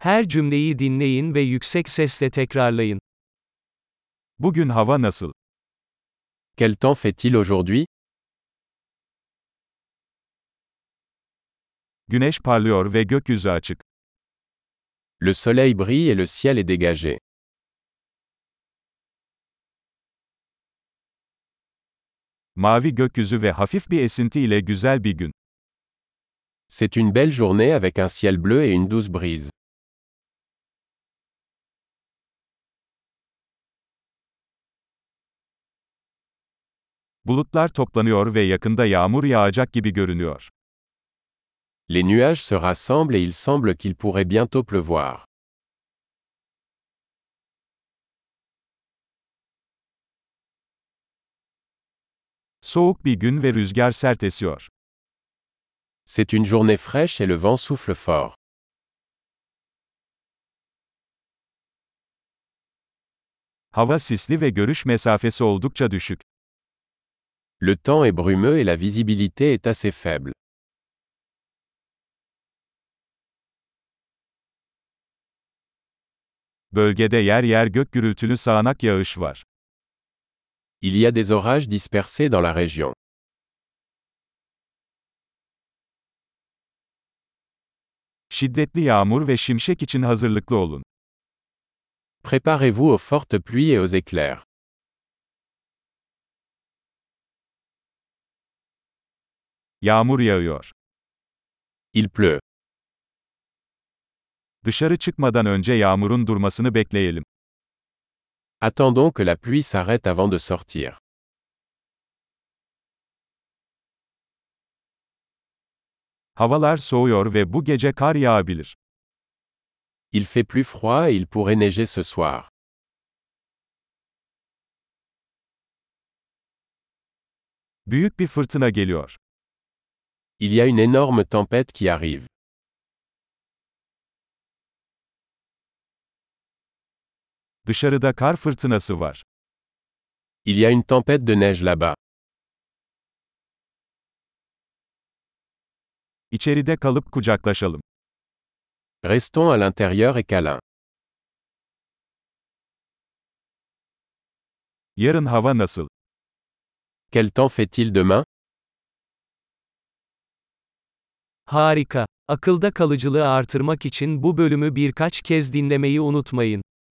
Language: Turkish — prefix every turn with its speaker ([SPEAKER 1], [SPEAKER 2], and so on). [SPEAKER 1] Her cümleyi dinleyin ve yüksek sesle tekrarlayın.
[SPEAKER 2] Bugün hava nasıl?
[SPEAKER 3] Quel temps fait-il aujourd'hui
[SPEAKER 2] Güneş parlıyor ve gökyüzü açık.
[SPEAKER 3] Le soleil brille et le ciel est dégagé.
[SPEAKER 2] Mavi gökyüzü ve hafif bir esinti ile güzel bir gün.
[SPEAKER 3] C'est une belle journée avec un ciel bleu et une douce brise.
[SPEAKER 2] Bulutlar toplanıyor ve yakında yağmur yağacak gibi görünüyor.
[SPEAKER 3] Les nuages se rassemblent et il semble qu'il pourrait bientôt pleuvoir.
[SPEAKER 2] Soğuk bir gün ve rüzgar sert esiyor.
[SPEAKER 3] C'est une journée fraîche et le vent souffle fort.
[SPEAKER 2] Hava sisli ve görüş mesafesi oldukça düşük.
[SPEAKER 3] Le temps est brumeux et la visibilité est assez faible.
[SPEAKER 2] Bölgede yer yer gök gürültülü sağanak yağış var.
[SPEAKER 3] Il y a des orages dispersés dans la région.
[SPEAKER 2] Şiddetli yağmur ve şimşek için hazırlıklı olun.
[SPEAKER 3] Préparez-vous aux fortes pluies et aux éclairs.
[SPEAKER 2] Yağmur yağıyor.
[SPEAKER 3] Il pleut.
[SPEAKER 2] Dışarı çıkmadan önce yağmurun durmasını bekleyelim.
[SPEAKER 3] Attendons que la pluie s'arrête avant de sortir.
[SPEAKER 2] Havalar soğuyor ve bu gece kar yağabilir.
[SPEAKER 3] Il fait plus froid et il pourrait neiger ce soir.
[SPEAKER 2] Büyük bir fırtına geliyor.
[SPEAKER 3] Il y a une énorme tempête qui arrive.
[SPEAKER 2] Dışarıda kar fırtınası var.
[SPEAKER 3] Il y a une tempête de neige là-bas.
[SPEAKER 2] İçeride kalıp kucaklaşalım.
[SPEAKER 3] Restons à l'intérieur et câlin.
[SPEAKER 2] Yarın hava nasıl?
[SPEAKER 3] Quel temps fait-il demain
[SPEAKER 1] Harika. Akılda kalıcılığı artırmak için bu bölümü birkaç kez dinlemeyi unutmayın.